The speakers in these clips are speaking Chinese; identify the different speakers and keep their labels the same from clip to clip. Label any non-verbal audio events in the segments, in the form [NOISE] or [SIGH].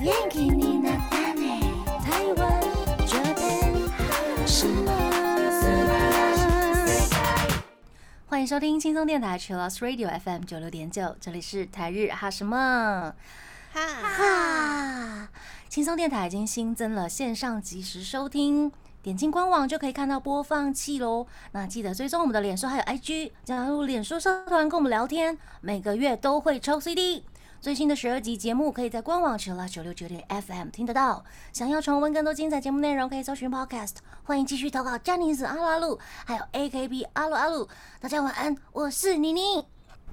Speaker 1: 元気になったね台湾上天什么
Speaker 2: 欢迎收听轻松电台 c h i l l o s Radio FM 九六点九，这里是台日哈什么
Speaker 3: 哈，
Speaker 2: 哈。轻松电台已经新增了线上即时收听，点进官网就可以看到播放器喽。那记得追踪我们的脸书还有 IG，加入脸书社团跟我们聊天，每个月都会抽 CD。最新的十二集节目可以在官网 c h i l l o 九六九点 FM 听得到。想要重温更多精彩节目内容，可以搜寻 Podcast。欢迎继续投稿詹妮斯阿鲁阿鲁，还有 AKB 阿鲁阿鲁。大家晚安，我是妮妮。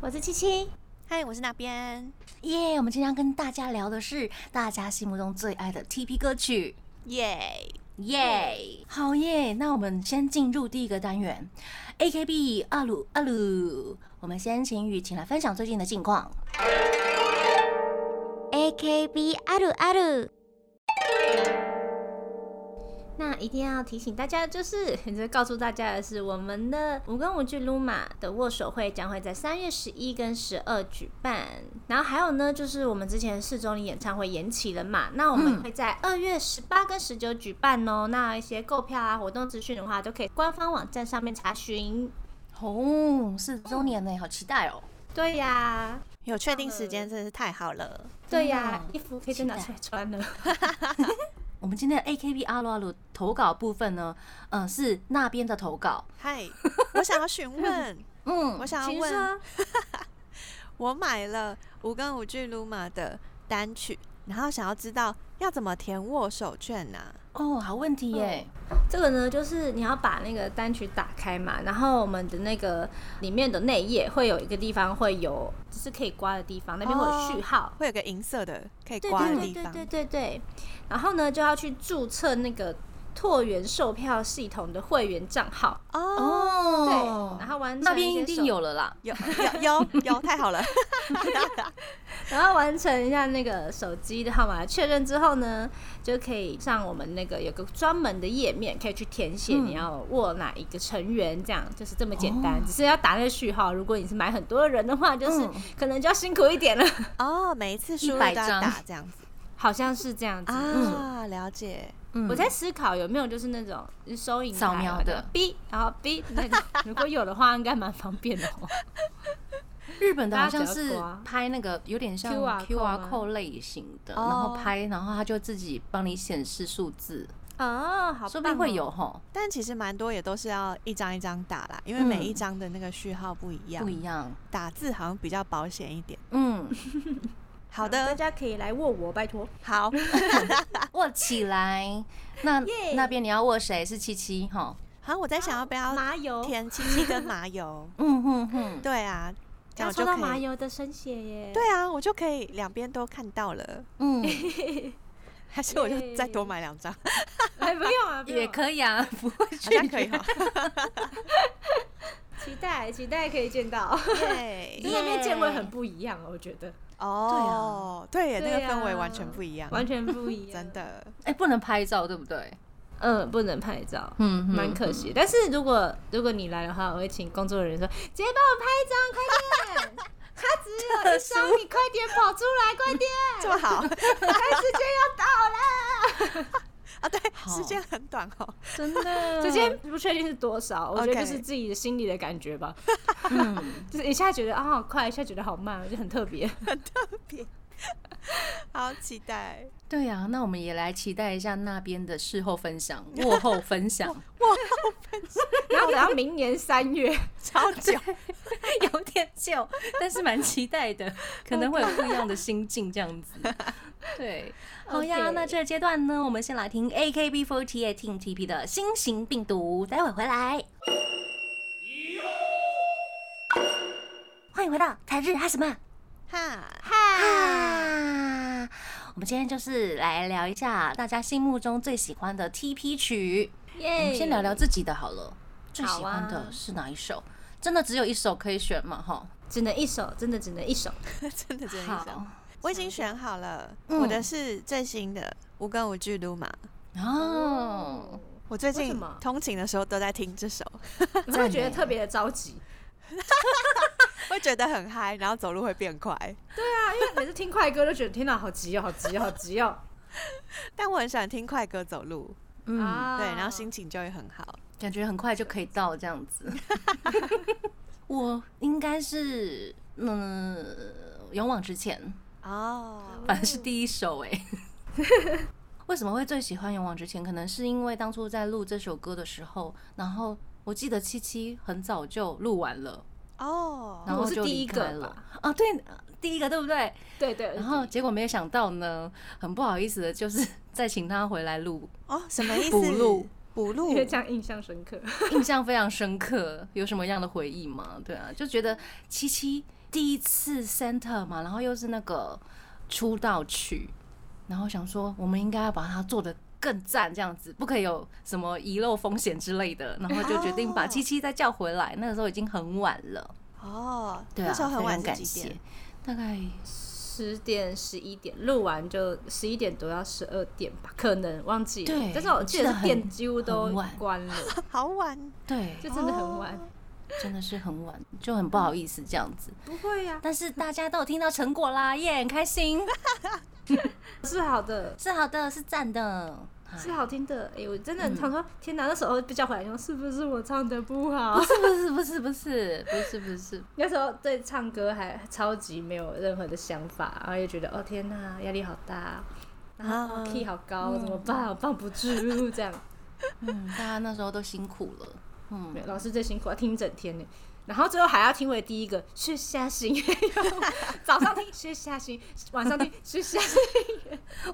Speaker 1: 我是七七，
Speaker 3: 嗨，我是那边，
Speaker 2: 耶、我们今天要跟大家聊的是大家心目中最爱的 TP 歌曲，
Speaker 3: 耶！
Speaker 2: 耶、好耶！那我们先进入第一个单元，AKB 阿鲁阿鲁，我们先请雨晴来分享最近的近况。
Speaker 1: AKB あるある。那一定要提醒大家，就是 [LAUGHS] 就是告诉大家的是，我们的五跟五剧 Luma 的握手会将会在三月十一跟十二举办。然后还有呢，就是我们之前四周年演唱会延期了嘛，那我们
Speaker 2: 嗯
Speaker 1: 会在二月十八跟十九举办哦。那一些购票啊、活动资讯的话，都可以官方网站上面查询。
Speaker 2: 哦，四周年呢，好期待哦！
Speaker 1: 对呀、
Speaker 3: 有确定时间真是太
Speaker 1: [LAUGHS]
Speaker 3: 好了，
Speaker 1: 对呀、
Speaker 3: 嗯
Speaker 2: 真的
Speaker 1: 衣服可以再拿
Speaker 2: 期待
Speaker 1: 出来穿了。
Speaker 2: 我们今天的 AKB 阿鲁阿鲁投稿部分呢，嗯、是那边的投稿，
Speaker 3: 嗨，我想要询
Speaker 1: [LAUGHS]
Speaker 3: 问，
Speaker 2: 嗯
Speaker 3: 我，想要
Speaker 1: 请说
Speaker 3: 问，我买了五跟五句 Luma 的单曲，然后想要知道要怎么填握手券啊呐、
Speaker 2: 哦，好问题耶，
Speaker 1: 这个呢，就是你要把那个单曲打开嘛，然后我们的那个里面的内页会有一个地方会有，就是可以刮的地方，那边会有序号。
Speaker 3: 会有个银色的可以
Speaker 1: 对
Speaker 3: 刮的
Speaker 1: 对对
Speaker 3: 地
Speaker 1: 对
Speaker 3: 方，
Speaker 1: 对对对，然后呢就要去注册那个拓元售票系统的会员账号，
Speaker 3: 哦，
Speaker 2: 嗯哦
Speaker 1: 对，然后完成
Speaker 2: 那边
Speaker 1: 一些
Speaker 2: 一定
Speaker 1: 手
Speaker 2: 有了啦。
Speaker 3: 有 [LAUGHS] 有有有，太
Speaker 1: [LAUGHS]
Speaker 3: 好了，
Speaker 1: 然后完成一下那个手机的号码确认之后呢，就可以上我们那个有个专门的页面，可以去填写
Speaker 2: 嗯
Speaker 1: 你要握哪一个成员，这样、就是这么简单，
Speaker 2: 哦
Speaker 1: 只是要打那个序号。如果你是买很多人的话，就是
Speaker 2: 嗯
Speaker 1: 可能就要辛苦一点了，
Speaker 3: 哦，每一次输入都
Speaker 2: 100
Speaker 3: 要
Speaker 2: 张
Speaker 3: 打这样子
Speaker 1: 好像是这样子。
Speaker 3: 啊，了解，
Speaker 2: 嗯
Speaker 1: 我在思考有没有就是那种嗯收银台
Speaker 2: 扫描的
Speaker 1: 然后 B，然后 B 那种，如果有的话应该蛮方便的哦。
Speaker 2: 日本的好像
Speaker 1: 大家只
Speaker 2: 是
Speaker 1: 要刮
Speaker 2: 拍那个有点像
Speaker 1: QR code 吗
Speaker 2: QR code 啊类型的，
Speaker 3: 哦
Speaker 2: 然后拍，然后他就自己帮你显示数字，
Speaker 1: 哦，好棒哦，
Speaker 2: 说不定会有吼，
Speaker 3: 但其实蛮多也都是要一张一张打啦，因为
Speaker 2: 嗯
Speaker 3: 每一张的那个序号不
Speaker 1: 嗯
Speaker 3: 一样，
Speaker 2: 不一样。
Speaker 3: 打字好像比较保险一点。
Speaker 2: 嗯，
Speaker 3: 好
Speaker 1: 大
Speaker 3: 的，
Speaker 1: 家可以来握我，拜托。 [LAUGHS]
Speaker 3: 好，
Speaker 2: 啊握起来。那
Speaker 1: 耶
Speaker 2: 那边你要握谁？是七七哈。？
Speaker 3: 好，我在想要不要
Speaker 1: 麻油，
Speaker 3: 填七七跟
Speaker 1: [LAUGHS]
Speaker 3: 麻油
Speaker 2: 嗯哼哼，
Speaker 3: 对啊，这
Speaker 1: 要
Speaker 3: 样我
Speaker 1: 抽
Speaker 3: 就
Speaker 1: 到麻
Speaker 3: 可以。
Speaker 1: 油的生写耶。
Speaker 3: 对啊，我就可以两边都看到了， [LAUGHS]
Speaker 2: 嗯，
Speaker 3: 还是我就再多买
Speaker 1: [LAUGHS]
Speaker 3: 两张，好
Speaker 1: [LAUGHS] 哎，不用
Speaker 3: [LAUGHS]
Speaker 1: 啊，不用
Speaker 2: 也可以啊，不会拒
Speaker 3: 像可以
Speaker 2: 绝。
Speaker 3: 哈。
Speaker 1: 期待期待可以见
Speaker 3: [LAUGHS]
Speaker 1: 到，
Speaker 3: 对
Speaker 1: 在那边见会很不一样哦，我觉得
Speaker 3: 哦，对耶，
Speaker 1: 对
Speaker 3: 那个
Speaker 1: 啊
Speaker 3: 氛围完全不一样，
Speaker 1: 完全不一样，
Speaker 3: 真，的。
Speaker 2: [LAUGHS] 哎，不能拍照，对不对？
Speaker 1: [LAUGHS] 嗯，不能拍照。
Speaker 2: 嗯，哼
Speaker 1: 蛮可。惜，但是如果如果你来的话，我会请工作人员说：“姐帮我拍一张，快点！他只有
Speaker 3: [LAUGHS]
Speaker 1: 一张，你快点跑出来，快点！
Speaker 3: 这么好 [LAUGHS]
Speaker 1: 时间要到了。
Speaker 3: 啊？对，
Speaker 2: 好
Speaker 3: 时间很短哦。”
Speaker 1: 真
Speaker 2: [LAUGHS]
Speaker 1: 的，时间不确定是多少，我觉得
Speaker 3: OK
Speaker 1: 就是自己的心里的感觉
Speaker 3: [LAUGHS]
Speaker 1: 吧，
Speaker 2: 嗯，
Speaker 1: 就是一下觉得啊好快，一下觉得好慢，我就很特别。
Speaker 3: 好期待
Speaker 2: 对呀、那我们也来期待一下那边的事后分享、幕后分享，
Speaker 1: [LAUGHS] 然后等到明年三月，
Speaker 3: 超久，
Speaker 2: [LAUGHS] 有点旧，但是蛮期待 [LAUGHS] 的，可能会有不一样的心境这样子。对，好呀，
Speaker 1: OK
Speaker 2: 那这个阶段呢，我们先来听 AKB48 Team TP 的新型病毒，待会回来。欢迎回到台日哈什么
Speaker 3: 哈，
Speaker 2: 哈？我们今天就是来聊一下大家心目中最喜欢的 TP 曲。我
Speaker 1: [LAUGHS] 耶
Speaker 2: 们先聊聊自己的好了，最
Speaker 1: 哎好
Speaker 2: 喜欢
Speaker 1: 啊
Speaker 2: 的是哪一首？真的只有一首可以选吗？哈，
Speaker 1: 只能一首，真的只能一首。
Speaker 3: [LAUGHS] 真的真的是。
Speaker 2: 好
Speaker 3: 我已经选好了，
Speaker 2: 嗯
Speaker 3: 我的是最新的《无根无据》鲁马。
Speaker 1: 嗯
Speaker 2: 哦，
Speaker 3: 我最
Speaker 1: 为什
Speaker 3: 近
Speaker 1: 么嗯
Speaker 3: 通勤的时候都在听这首，
Speaker 1: 你会觉得特别的着急，
Speaker 3: 会觉得很嗨，然后走路会变快。
Speaker 1: 啊因为每次听快歌都觉得天哪，好急哦，好急哦，好急 [LAUGHS] 哦。
Speaker 3: 但我很喜欢听快歌走路，
Speaker 2: 嗯，
Speaker 1: 啊
Speaker 3: 对，然后心情就会很好。
Speaker 2: 感觉很快就可以到这样
Speaker 1: [LAUGHS]
Speaker 2: 子。我应该是嗯，勇往直前，
Speaker 1: 啊
Speaker 3: 哦，
Speaker 2: 反正是第一首哎、
Speaker 1: 嗯 [LAUGHS]
Speaker 2: 为什么会最喜欢《勇往直前》？可能是因为当初在录这首歌的时候，然后我记得七七很早就录完了，然
Speaker 3: 哦，
Speaker 2: 后
Speaker 1: 我是
Speaker 2: 就
Speaker 1: 第
Speaker 2: 离
Speaker 1: 一
Speaker 2: 开
Speaker 1: 个
Speaker 2: 了
Speaker 1: 吧。
Speaker 2: 啊，对，第一个对不对？
Speaker 1: 对对，
Speaker 2: 然后结果没有想到呢，很不好意思的，就是再请他回来录，
Speaker 3: 哦，什么意思？
Speaker 2: 补录，
Speaker 3: 补录
Speaker 1: 因，为这样印象深刻。
Speaker 2: 印象非常深刻。有什么样的回忆吗？对啊，就觉得七七第一次 center 嘛，然后又是那个出道曲，然后想说我们应该要把它做的。更赞这样子，不可以有什么遗漏风险之类的，然后就决定把
Speaker 3: 哦
Speaker 2: 七七再叫回来。那个时候已经很晚了，
Speaker 3: 哦，
Speaker 2: 对啊，
Speaker 3: 那时候很
Speaker 2: 非
Speaker 3: 晚
Speaker 2: 常
Speaker 3: 是
Speaker 2: 感
Speaker 3: 几
Speaker 2: 谢
Speaker 3: 点？。
Speaker 2: 大概
Speaker 1: 十点十一点录完就十一点多到十二点吧，可能忘记了。
Speaker 2: 对
Speaker 1: 但是我
Speaker 2: 我记得
Speaker 1: 记得是
Speaker 2: 很
Speaker 1: 店几乎都
Speaker 2: 很晚
Speaker 1: 关了，
Speaker 3: 好晚，
Speaker 2: 对，
Speaker 1: 就真的很晚。
Speaker 3: 哦
Speaker 2: 真的是很晚，就很不好意思这样子。
Speaker 1: 不会啊呀、
Speaker 2: 但是大家都有听到成果啦，耶、很开心，
Speaker 1: 啊是好的，
Speaker 2: 是好的，是赞的。 [LAUGHS]
Speaker 1: 是好听的。哎、我真的常说，天哪，那时候被叫回来，说是不是我唱的不好
Speaker 2: 不？是不是不是不是不是不是，
Speaker 1: 那时候对唱歌还超级没有任何的想法，然后也觉得哦天哪，压力好大，然后、哦
Speaker 3: 啊
Speaker 1: key 好高，怎么办？我 [LAUGHS] 放不住这样。
Speaker 2: 嗯，大家那时候都辛苦了，嗯，
Speaker 1: 对老师最辛苦，要听一整天呢。然后最后还要听为第一个是下心， [LAUGHS] 早上听是下心，晚上听是下心，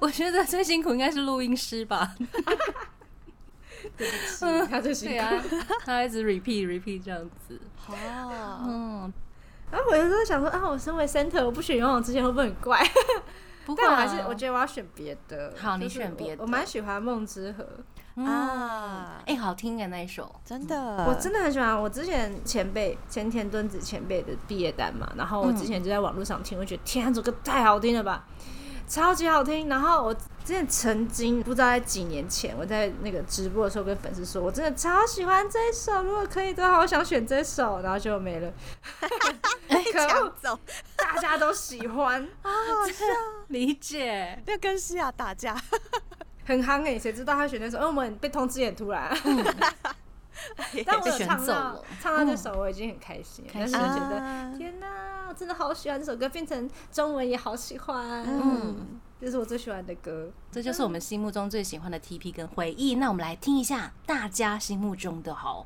Speaker 2: 我觉得最辛苦应该是录音师吧，
Speaker 1: 对不起，他最辛
Speaker 2: 对
Speaker 1: 苦。
Speaker 2: 啊，他一直 repeat repeat 这样子，
Speaker 3: 哦，
Speaker 2: 嗯，
Speaker 1: 然后我有时候想说啊，我身为 center，我不选游泳之前会不会很
Speaker 2: [LAUGHS]
Speaker 1: 怪？
Speaker 2: 不过
Speaker 1: 但我还是我觉得我要选别的。
Speaker 2: 啊好
Speaker 1: 就是
Speaker 2: 你选别的
Speaker 1: 我我蛮喜欢梦之河，
Speaker 2: 得啊
Speaker 3: 啊，
Speaker 2: 哎、好听哎那一首，
Speaker 3: 真的，
Speaker 1: 嗯我真的很喜欢。我之前前辈前田敦子前辈的毕业单嘛，然后我
Speaker 2: 嗯
Speaker 1: 之前就在网络上听，我觉得天啊，这首歌太好听了吧，超级好听。然后我之前曾经不知道在几年前，我在那个直播的时候跟粉丝说，我真的超喜欢这一首，如果可以的话，我想选这首，然后就没
Speaker 2: [LAUGHS]
Speaker 1: 了。可恶，
Speaker 3: 抢走，
Speaker 1: 大家都喜欢，
Speaker 3: 啊
Speaker 2: 理解，
Speaker 3: 要跟西亚打架，
Speaker 1: 很夯哎、谁知道他选那首？因为我们被通知也突然。 [LAUGHS] 但
Speaker 2: 嗯
Speaker 1: 我有
Speaker 2: 被选
Speaker 1: 唱
Speaker 2: 走
Speaker 1: 到
Speaker 2: 了嗯
Speaker 1: 唱到这首，我已经很开心了，
Speaker 2: 开
Speaker 1: 但是
Speaker 2: 心
Speaker 1: 就觉得。
Speaker 3: 啊
Speaker 1: 天呐，我真的好喜欢这首歌，变成中文也好喜欢。嗯，
Speaker 2: 嗯，
Speaker 1: 这是我最喜欢的歌。
Speaker 2: 这就是我们心目中最喜欢的 TP 跟回忆。那我们来听一下大家心目中的好。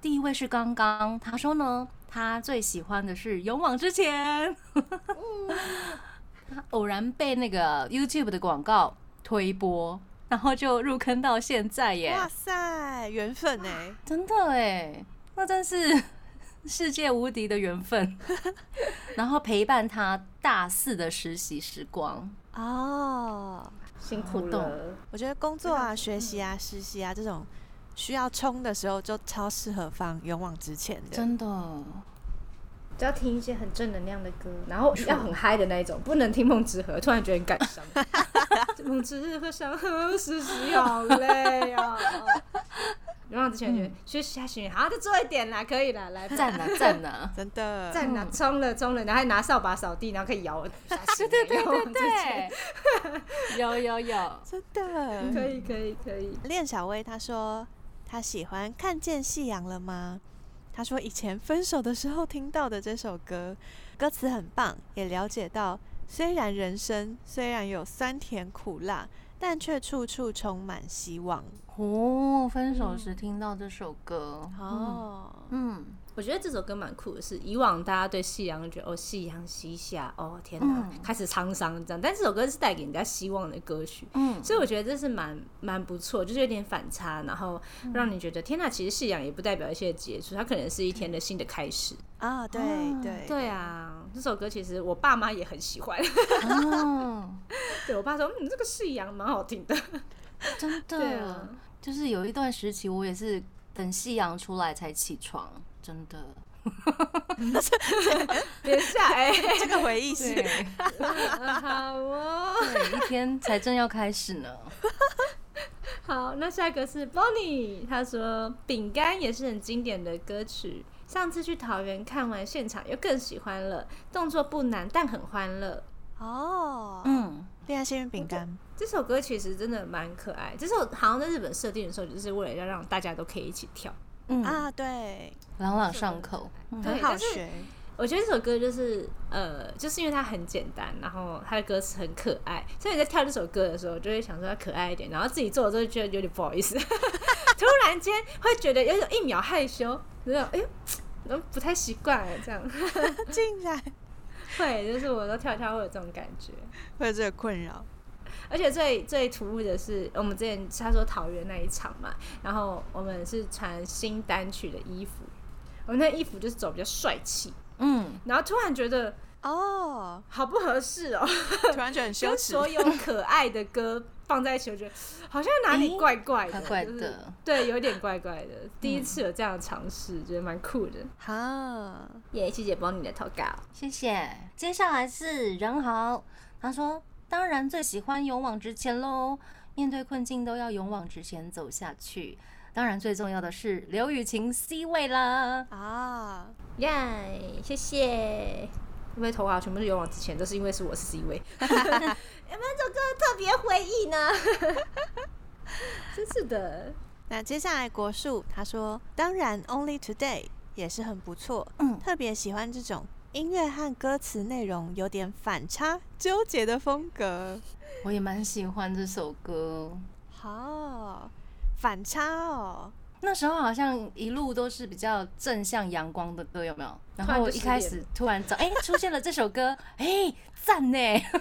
Speaker 2: 第一位是刚刚，他说呢，他最喜欢的是《勇往直前》嗯 [LAUGHS] 他偶然被那个 YouTube 的广告推播，然后就入坑到现在耶，
Speaker 3: 哇塞，缘分哎、
Speaker 2: 真的哎，那真是世界无敌的缘 [LAUGHS] 分。然后陪伴他大四的实习时光，
Speaker 3: 哦，
Speaker 1: 辛苦
Speaker 2: 懂
Speaker 1: 了，
Speaker 3: 我觉得工作啊、学习啊、实习啊这种需要冲的时候，就超适合放勇往直前的。
Speaker 2: 真的
Speaker 1: 就要听一些很正能量的歌，然后要很嗨的那一种，不能听梦之河，突然觉得很感 [LAUGHS] 伤。梦之河上河，实习好累啊。然后之前觉得学习下去，好，再做一点啦，可以啦，来吧，
Speaker 2: 赞呐赞呐！
Speaker 3: 真的，
Speaker 1: 再拿冲了冲了，然后还拿扫把扫地，然后可以摇下去。对对
Speaker 2: 对对，对， [LAUGHS] 有有有，
Speaker 3: 真
Speaker 1: [LAUGHS]
Speaker 3: 的。
Speaker 1: 可以可以可以。
Speaker 3: 练小薇她说她喜欢《看见夕阳了吗》。她说以前分手的时候听到的这首歌，歌词很棒，也了解到虽然人生虽然有酸甜苦辣，但却处处充满希望。
Speaker 2: 哦，分手时听到这首歌，
Speaker 3: 哦，
Speaker 2: 嗯，
Speaker 1: 我觉得这首歌蛮酷的是，以往大家对夕阳就觉得哦，夕阳西下，哦天哪，
Speaker 2: 嗯
Speaker 1: 开始沧桑这样，但这首歌是带给人家希望的歌曲，
Speaker 2: 嗯
Speaker 1: 所以我觉得这是蛮蛮不错，就是有点反差，然后让你觉得天哪，其实夕阳也不代表一切的结束，它可能是一天的新的开始。
Speaker 3: 啊，对
Speaker 2: 哦
Speaker 3: 对
Speaker 1: 对啊，这首歌其实我爸妈也很喜欢， [LAUGHS]
Speaker 2: 哦，
Speaker 1: 对我爸说，嗯，这个夕阳蛮好听的，
Speaker 2: [LAUGHS] 真
Speaker 1: 对
Speaker 2: 的
Speaker 1: 啊，
Speaker 2: 就是有一段时期，我也是等夕阳出来才起床，真的，
Speaker 1: 等一下，哎、
Speaker 3: 这个回忆
Speaker 2: [LAUGHS]
Speaker 3: 是
Speaker 2: 对，
Speaker 1: [LAUGHS] 嗯好哦，
Speaker 2: 对，一天才正要开始呢，
Speaker 1: 好，那下一个是 Bonnie，她说《饼干》也是很经典的歌曲，上次去桃园看完现场又更喜欢了，动作不难但很欢乐。
Speaker 3: 哦，
Speaker 2: 嗯，
Speaker 3: 恋爱幸运饼干，
Speaker 1: 这首歌其实真的蛮可爱，这首好像在日本设定的时候，就是为了要让大家都可以一起跳，
Speaker 2: 嗯
Speaker 3: 啊，对，
Speaker 2: 朗朗上口，嗯
Speaker 1: 对
Speaker 3: 很好
Speaker 1: 但是
Speaker 3: [LAUGHS] 学，
Speaker 1: 我觉得这首歌就是呃，就是因为它很简单，然后它的歌词很可爱，所以你在跳这首歌的时候，就会想说要可爱一点，然后自己做的时候就觉得有点不好意思，突然间会觉得有一种一秒害羞，那种哎呦，怎么不太习惯这样，
Speaker 3: 竟然
Speaker 1: [LAUGHS] 会就是我都跳一跳会有这种感觉。
Speaker 3: [LAUGHS] 会有这个困扰，
Speaker 1: 而且最最突兀的是，我们之前他说桃园那一场嘛，然后我们是穿新单曲的衣服，我们那衣服就是走比较帅气，
Speaker 2: 嗯，
Speaker 1: 然后突然觉得
Speaker 3: 哦， [LAUGHS]
Speaker 1: 好不合适哦，
Speaker 3: 突然觉得很羞
Speaker 1: 跟
Speaker 3: 耻，
Speaker 1: 所有可爱的歌放在一起，我觉得 [LAUGHS] 好像哪里怪怪的，
Speaker 2: 怪怪
Speaker 1: 就是
Speaker 2: 的，
Speaker 1: 对，有点怪怪的。第一次有这样的尝试，觉得蛮酷的。
Speaker 3: 哈，
Speaker 1: 耶，谢谢帮你的投稿，
Speaker 2: 谢谢。接下来是任豪，他说：“当然最喜欢勇往直前喽，面对困境都要勇往直前走下去。当然最重要的是刘雨晴 C 位啦。
Speaker 3: 啊，
Speaker 1: 耶、谢谢。因为投稿全部是勇往直前，都是因为是我是 C [LAUGHS] 位，有没有这首歌特别回忆呢？ [LAUGHS] 真是的，
Speaker 3: 那接下来国树他说，当然 Only Today 也是很不错，
Speaker 2: 嗯
Speaker 3: 特别喜欢这种音乐和歌词内容有点反差、纠结的风格。
Speaker 2: 我也蛮喜欢这首歌，
Speaker 3: 好，哦反差哦，
Speaker 2: 那时候好像一路都是比较正向阳光的歌，有没有？然
Speaker 1: 突然
Speaker 2: 后
Speaker 1: 就
Speaker 2: 一
Speaker 1: 失
Speaker 2: 开
Speaker 1: 恋
Speaker 2: 始突然找，哎、出现了这首歌，哎、赞呢，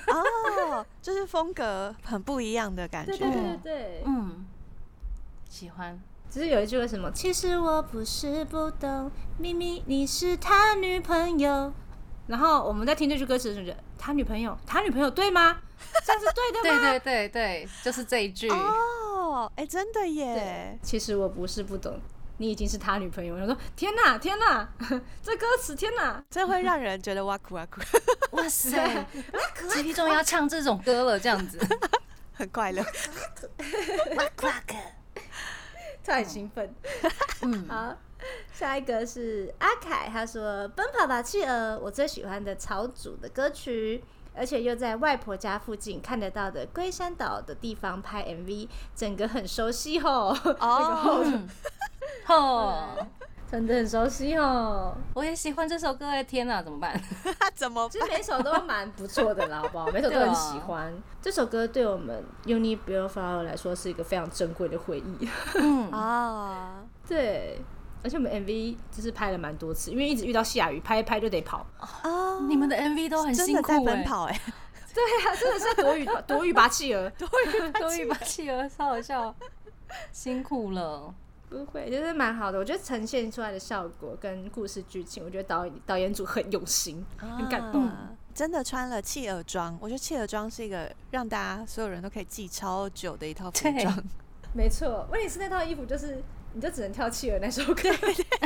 Speaker 3: 哦，就是风格很不一样的感
Speaker 1: 对对
Speaker 3: 觉。
Speaker 1: 对对对，
Speaker 2: 嗯，喜欢，
Speaker 1: 只是有一句为什么？其实我不是不懂，明明你是他女朋友。然后我们在听这句歌词的时候，觉得他女朋友，他女朋友对吗？这样是对的
Speaker 2: 对
Speaker 1: 吗？
Speaker 2: 对对对，就是这一句，
Speaker 3: 哦，哎，真的耶
Speaker 1: [LAUGHS] 对！其实我不是不懂，你已经是他女朋友。我想说，天哪，天哪， [LAUGHS] 这歌词，天哪，
Speaker 3: 这会让人觉得哇酷哇酷，
Speaker 2: [LAUGHS] 哇塞，鸡皮终于要唱这种歌了，这样子
Speaker 3: 很快乐。
Speaker 1: 突然兴奋。
Speaker 2: 嗯
Speaker 1: 好，下一个是阿凯，他说《奔跑吧企鹅》，我最喜欢的草组的歌曲，而且又在外婆家附近看得到的龟山岛的地方拍 MV，整个很熟悉吼，
Speaker 3: 哦，
Speaker 2: 嗯，哦，
Speaker 1: 真的很熟悉哦吼，
Speaker 2: 我也喜欢这首歌，哎，天哪，怎么办？
Speaker 3: 那怎么
Speaker 1: 其
Speaker 3: 办
Speaker 1: 实每首都蛮不错的啦，好不 [LAUGHS] 好？每首都很喜欢。这首歌对哦我们 Uni b e a u f u l 来说是一个非常珍贵的回忆。
Speaker 2: 嗯，
Speaker 3: 啊？
Speaker 1: [LAUGHS] 对，而且我们 MV 就是拍了蛮多次，因为一直遇到下雨，拍一拍就得跑。
Speaker 3: 哦，
Speaker 2: 你们的 MV 都很
Speaker 3: 真
Speaker 2: 辛
Speaker 3: 的在
Speaker 2: 苦，
Speaker 3: 奔
Speaker 2: 哎，[LAUGHS]
Speaker 3: 跑哎，
Speaker 1: [LAUGHS] 对啊，真的是躲雨躲雨拔企鹅。
Speaker 3: [LAUGHS]
Speaker 2: 终于把企鹅超好笑，辛苦了，
Speaker 1: [LAUGHS] 不会，就是蛮好的。我觉得呈现出来的效果跟故事剧情，我觉得导演导演组很用心，很感动。
Speaker 3: 啊真的穿了企鹅装，我觉得企鹅装是一个让大家所有人都可以记超久的一套服
Speaker 2: 对
Speaker 3: 装，
Speaker 1: 没错，问题是那套衣服就是。你就只能跳企鹅那首 [LAUGHS] 歌，
Speaker 3: [LAUGHS]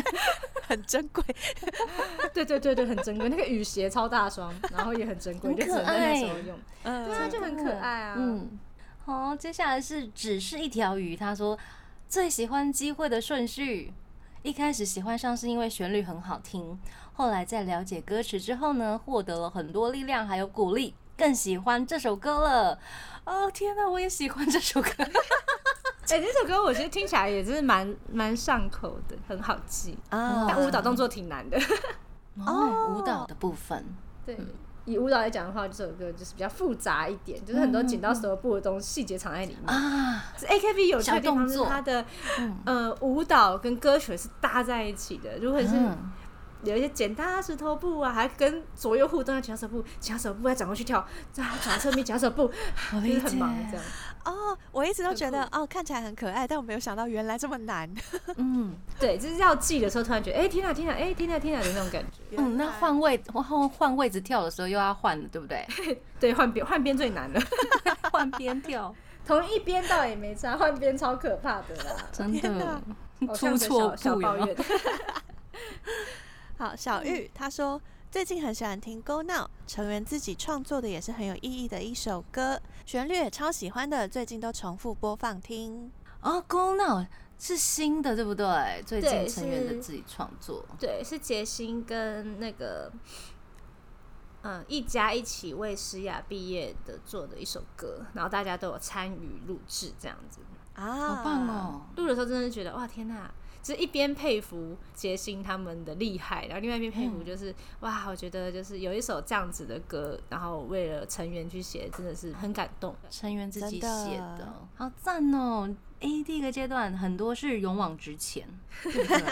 Speaker 3: 很珍
Speaker 2: [LAUGHS]
Speaker 3: 贵。
Speaker 1: 对对对对，很珍贵。那个雨鞋超大双，然后也很珍贵，
Speaker 2: 很
Speaker 1: 就只能 [LAUGHS]
Speaker 2: 可
Speaker 1: 在那时
Speaker 2: 爱
Speaker 1: 候用。
Speaker 3: 嗯
Speaker 1: 对啊，就很可爱啊。
Speaker 2: 嗯，好，接下来是只是一条鱼，他说最喜欢机会的顺序。一开始喜欢上是因为旋律很好听，后来在了解歌词之后呢，获得了很多力量还有鼓励，更喜欢这首歌了。哦天哪，我也喜欢这首歌，
Speaker 1: 哎、这首歌我觉得听起来也是蛮蛮上口的，很好记，
Speaker 3: 啊
Speaker 1: 但舞蹈动作挺难的。
Speaker 2: 哦，舞蹈的部分，
Speaker 1: [LAUGHS] 对，以舞蹈来讲的话，这首歌就是比较复杂一点，就是很多剪刀石头布的东西细节藏在里面。
Speaker 2: 啊，
Speaker 1: 是 AKB 有趣的地方
Speaker 2: 小动
Speaker 1: 是
Speaker 2: 作
Speaker 1: 它的呃舞蹈跟歌曲是搭在一起的，如果是
Speaker 2: 嗯
Speaker 1: 有一些剪刀石头布啊，还跟左右互动，要剪刀石头布，剪刀石头布要转过去跳，再转到侧面剪刀石头 [LAUGHS] 布，
Speaker 2: 我
Speaker 1: 就
Speaker 2: 理
Speaker 1: 是
Speaker 2: 解
Speaker 1: 很，忙这样。
Speaker 3: 哦，我一直都
Speaker 1: 很
Speaker 3: 觉得哦，看起来很可爱，但我没有想到原来这么难。
Speaker 2: 嗯
Speaker 1: 对，就是要记的时候，突然觉得哎、天哪天哪，哎、天哪天哪的那种感
Speaker 2: [LAUGHS]
Speaker 1: 觉。
Speaker 2: 嗯，那换位换换位置跳的时候又要换了，对不对？
Speaker 1: [LAUGHS] 对，换边换边最难了。
Speaker 2: 换边跳，。
Speaker 1: 同一边倒也没差，换边超可怕的啦 [LAUGHS] 哦
Speaker 2: 真
Speaker 3: 天
Speaker 2: 的
Speaker 3: 哪
Speaker 2: 出错
Speaker 1: 小
Speaker 2: 步有
Speaker 1: 抱
Speaker 2: 没有
Speaker 1: 怨，
Speaker 3: 好，小玉她说最近很喜欢听《Go Now》，成员自己创作的也是很有意义的一首歌，旋律也超喜欢的，最近都重复播放听。
Speaker 2: 哦，Go Now 是新的，对不对？最
Speaker 1: 对
Speaker 2: 近成员的
Speaker 1: 是
Speaker 2: 自己创作，
Speaker 1: 对，是杰心跟那个，嗯，一家一起为诗雅毕业的做的一首歌，然后大家都有参与录制，这样子。
Speaker 3: 啊，
Speaker 2: 好棒！哦！
Speaker 1: 录的时候真的是觉得哇天呐，就是一边佩服杰心他们的厉害，然后另外一边佩
Speaker 2: 嗯
Speaker 1: 服就是、哇，我觉得就是有一首这样子的歌，然后为了成员去写，真的是很感动。
Speaker 2: 成员自己
Speaker 3: 真的
Speaker 2: 写的，好赞哦！A 第一个阶段很多是勇往直前，对不对？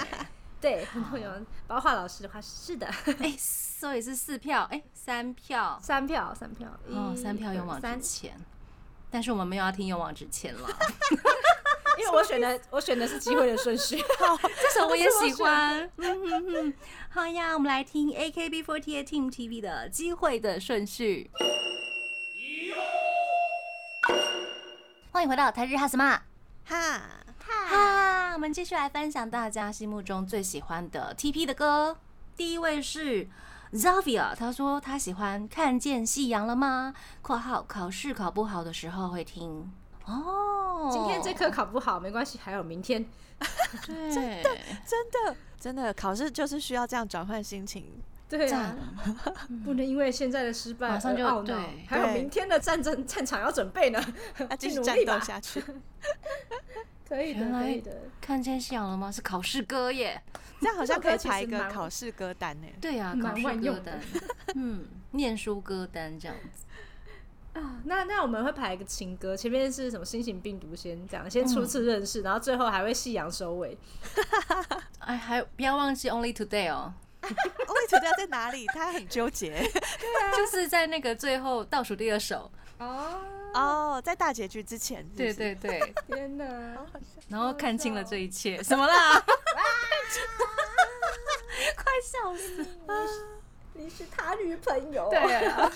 Speaker 1: 对，很
Speaker 2: 哦
Speaker 1: 多有包括老师的话是的， [LAUGHS]
Speaker 2: 哎、所以是四票，哎、三票，
Speaker 1: 三票三票，
Speaker 2: 哦，
Speaker 1: 一
Speaker 2: 三票勇往
Speaker 1: 三
Speaker 2: 直，前。但是我们没有要听勇往直前 [LAUGHS] 了，
Speaker 1: 因为我选的我选的是机会的
Speaker 2: [LAUGHS]
Speaker 1: 顺序。
Speaker 2: 哦这首我也喜欢。嗯哼哼，好呀，我们来听 AKB48 Team TV 的《机会的顺序》。欢迎回到台日哈什么
Speaker 1: 啊
Speaker 3: 哈，
Speaker 2: 啊哈，我们继续来分享大家心目中最喜欢的 TP 的歌。第一位是 Zavia，他说他喜欢《看见夕阳了吗》（括号考试考不好的时候会听）。哦，
Speaker 1: 今天这科考不好没关系，还有明天。
Speaker 2: 真的
Speaker 3: 真的真的，考试就是需要这样转换心情。
Speaker 1: 对啊
Speaker 2: 赞，，
Speaker 1: 不能因为现在的失败
Speaker 2: 马上
Speaker 1: 而
Speaker 2: 就
Speaker 1: 懊恼
Speaker 2: 对
Speaker 1: 还有
Speaker 3: 对
Speaker 1: 明天的战争战场要准备呢， [LAUGHS]
Speaker 3: 那继
Speaker 1: 去
Speaker 3: 续
Speaker 1: 努
Speaker 3: 战
Speaker 1: 力
Speaker 3: 斗
Speaker 1: 吧。
Speaker 3: 下去。
Speaker 1: [LAUGHS] 可以的，
Speaker 2: 原来
Speaker 1: 可以的。
Speaker 2: 看见夕阳了吗？是考试歌耶。
Speaker 3: 这样好像可以排一
Speaker 1: 这首歌其
Speaker 3: 个
Speaker 1: 实蛮
Speaker 3: 考试歌单
Speaker 1: [LAUGHS]
Speaker 3: 呢。
Speaker 2: 对啊，
Speaker 1: 蛮
Speaker 2: 考试
Speaker 1: 万用
Speaker 2: 歌单，
Speaker 1: [LAUGHS]
Speaker 2: 嗯，念书歌单这样子。
Speaker 1: 啊，那那我们会排一个情歌，前面是什么新型病毒先这样，先初次认
Speaker 2: 嗯
Speaker 1: 识，然后最后还会夕阳收尾。
Speaker 2: 哎，还不要忘记 Only Today 哦，
Speaker 3: Only Today 在哪里？他很
Speaker 1: [LAUGHS]
Speaker 3: 纠结。
Speaker 1: 啊
Speaker 2: 就是在那个最后倒数第二首。
Speaker 1: 哦，
Speaker 3: 哦，在大结局之前。是不
Speaker 2: 对
Speaker 3: 是，
Speaker 2: 对
Speaker 1: [LAUGHS]
Speaker 2: 对，
Speaker 1: 天哪！
Speaker 2: 然后看清了这一切，
Speaker 1: 哦
Speaker 2: 什么啦？快笑死！
Speaker 1: 你是他女朋友
Speaker 2: 对
Speaker 1: 对， [LAUGHS]
Speaker 2: 啊，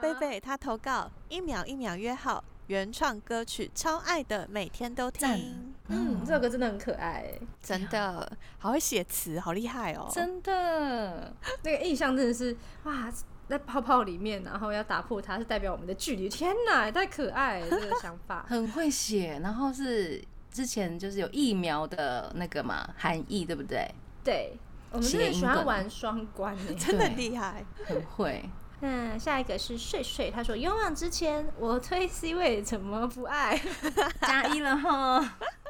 Speaker 3: 贝贝他投稿一秒一秒约好原创歌曲，超爱的，每天都
Speaker 2: 赞
Speaker 3: 听。
Speaker 1: 嗯，这首歌真的很可爱欸，
Speaker 3: 真的，好会写词，好厉害哦！
Speaker 2: 真的，
Speaker 1: 那个印象真的是哇。在泡泡里面，然后要打破它，是代表我们的距离。天哪，也太可爱了，这个想
Speaker 2: [LAUGHS]
Speaker 1: 法。
Speaker 2: 很会写。然后是之前就是有疫苗的那个嘛含义，对不对？
Speaker 1: 对，我们真的
Speaker 2: 谐音
Speaker 1: 很喜欢
Speaker 2: 梗
Speaker 1: 玩双关欸
Speaker 3: 真的
Speaker 2: 对
Speaker 3: 厉害。
Speaker 2: 很
Speaker 1: [LAUGHS]
Speaker 2: 会。
Speaker 1: 那下一个是睡睡，他说勇往直前，我推 C 位，怎么不 [LAUGHS] 爱？
Speaker 2: 加一了哈，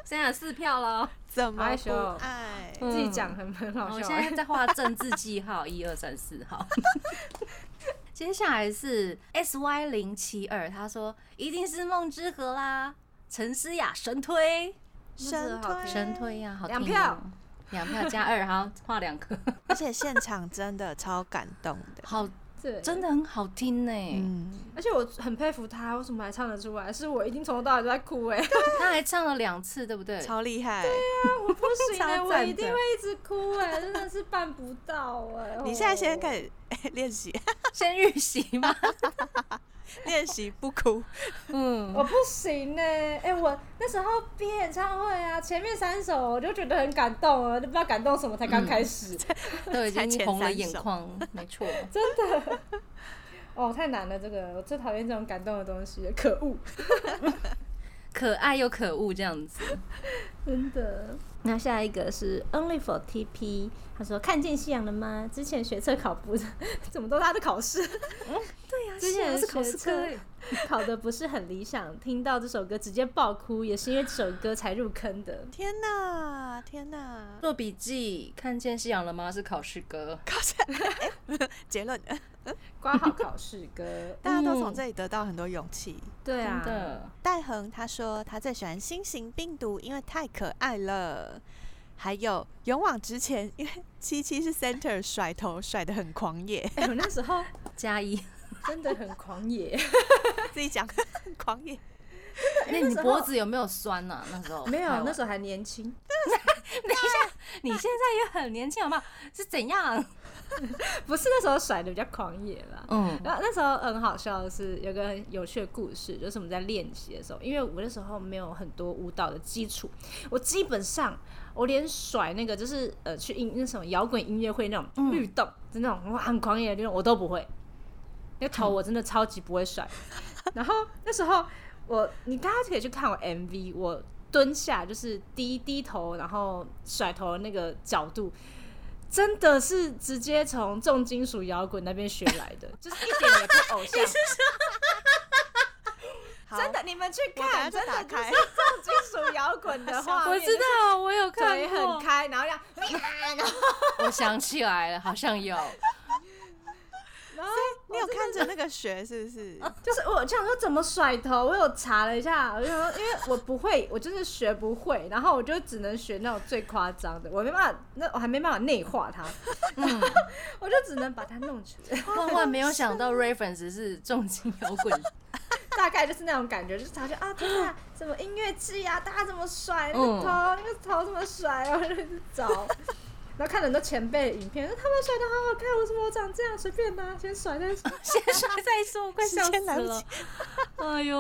Speaker 2: 现在有四票了。
Speaker 3: 怎么
Speaker 1: 害羞哦
Speaker 3: 不爱？
Speaker 2: 嗯
Speaker 1: 自己讲很很好
Speaker 2: 我哦
Speaker 1: 笑
Speaker 2: 现
Speaker 1: 欸。
Speaker 2: 在在画政治记号， [LAUGHS] 一二三四号。接下来是 S Y 零七二，他说一定是梦之河啦，陈思雅神推，
Speaker 3: 神
Speaker 1: 好
Speaker 3: 推
Speaker 1: 听
Speaker 2: 神推呀、好听、哦
Speaker 1: 两票，
Speaker 2: 两票加二，好画两颗，
Speaker 3: 而且现场真的超感动的。
Speaker 2: [LAUGHS] 好
Speaker 1: [LAUGHS] 对，
Speaker 2: 真的很好听呢、
Speaker 3: 嗯，
Speaker 1: 而且我很佩服他，为什么还唱得出来？是我一定从头到尾都在哭哎、欸，
Speaker 2: 他还唱了两次，对不对？
Speaker 3: 超厉害。
Speaker 1: 我不 [LAUGHS] 行哎、
Speaker 2: 超赞的
Speaker 1: 我一定会一直哭哎、真的是办不到哎、
Speaker 3: 你现在
Speaker 2: 哦
Speaker 3: 先
Speaker 1: 始
Speaker 3: 开始 [LAUGHS] 哎练习，
Speaker 2: 先预习嘛，
Speaker 3: 练习不哭。
Speaker 2: [LAUGHS]
Speaker 3: [LAUGHS]
Speaker 2: 嗯，
Speaker 1: [LAUGHS] 我不行呢、欸，哎、我那时候毕业演唱会啊，前面三首我就觉得很感动啊了，都不知道感动什么，才刚开 [LAUGHS] 始，
Speaker 2: [LAUGHS] 都已
Speaker 3: 才
Speaker 2: 经
Speaker 3: 前
Speaker 2: 红了
Speaker 3: 三
Speaker 2: 眼 [LAUGHS]
Speaker 3: 首
Speaker 2: 眶，没错，
Speaker 1: 真的，哦，太难了，这个我最讨厌这种感动的东西了，可恶，
Speaker 2: 可爱又可恶这样子，
Speaker 1: 真的。那下一个是 Only for TP，他说看见夕阳了吗？之前学测考不，怎么都他的考试。 [LAUGHS]
Speaker 2: 对啊呀、
Speaker 1: 之前
Speaker 2: 是考
Speaker 1: 学
Speaker 2: 试
Speaker 1: 测
Speaker 2: 科耶，欸
Speaker 1: 考的不是很理想，听到这首歌直接爆哭，也是因为这首歌才入坑的。
Speaker 3: 天哪，天哪！
Speaker 2: 做笔记，看见夕阳了吗？是考试歌，
Speaker 3: 结论， [LAUGHS]
Speaker 1: 挂号考试歌，
Speaker 3: 大家都
Speaker 2: 嗯
Speaker 3: 从这里得到很多勇气。
Speaker 1: [LAUGHS] 对
Speaker 2: 真
Speaker 1: 啊，
Speaker 2: 的，
Speaker 3: 戴恒他说他最喜欢新型病毒，因为太可爱了。还有勇往直前，因为 [LAUGHS] 七七是 center 甩头甩得很狂野，
Speaker 1: 哎、我那时候
Speaker 2: 加
Speaker 1: [LAUGHS]
Speaker 2: 一。
Speaker 1: 真的很狂野，
Speaker 3: 自己讲很狂野，
Speaker 2: 那你脖子有没有酸呢、那时候
Speaker 1: [LAUGHS] 没有，那时
Speaker 2: 候
Speaker 1: 候还年轻，
Speaker 2: 你现在也很年轻，好不好？是怎样？
Speaker 1: 不是那时候甩的比较狂野啦。
Speaker 2: 嗯，
Speaker 1: 然后那时候很好笑的是，有个很有趣的故事，就是我们在练习的时候，因为我那时候没有很多舞蹈的基础，我基本上我连甩那个就是呃去音那什么摇滚音乐会那种律动，就那种哇很狂野的律动，我都不会。那头我真的超级不会甩。然后那时候我，你大家可以去看我 MV，我蹲下，就是低低头，然后甩头的那个角度，真的是直接从重金属摇滚那边学来
Speaker 3: [LAUGHS]
Speaker 1: 的，就是一点也不偶像。
Speaker 3: 好
Speaker 1: 真的，你们去
Speaker 3: 我等
Speaker 1: 看，
Speaker 3: 下就
Speaker 1: 真
Speaker 3: 打
Speaker 1: 的就是
Speaker 3: 开
Speaker 1: 重金属摇滚的话，
Speaker 3: [LAUGHS]
Speaker 2: 我知，道，我有看
Speaker 1: 腿
Speaker 2: 过
Speaker 1: 很开，然后这样，然后
Speaker 2: 我想起来了，好像有。
Speaker 1: 然后
Speaker 3: 你
Speaker 2: 哦
Speaker 3: 有看着那个学是不
Speaker 2: [LAUGHS]
Speaker 3: 是？
Speaker 1: 就是我这样说怎么甩头，我有查了一下，我就想说，因为我不会，我就是学不会，然后我就只能学那种最夸张的，我没办法，那我还没办法内化它，
Speaker 2: 嗯，
Speaker 1: [LAUGHS] 我就只能把它弄成，
Speaker 2: 万万没有想到 reference 是重金摇滚，
Speaker 1: 大概就是那种感觉，就是他就啊，天啊，什么音乐剧啊，大家怎么甩那
Speaker 2: 嗯
Speaker 1: 个头，那个头怎么甩，然后就一直找，然后看了很多前辈的影片，说他们甩的好好看，为什么我长这样？随便拿，先
Speaker 2: [LAUGHS]
Speaker 1: 甩再说，
Speaker 2: [LAUGHS] 先说再说，我快笑
Speaker 3: 时间
Speaker 2: 死
Speaker 3: 来不
Speaker 2: 了。哎呦，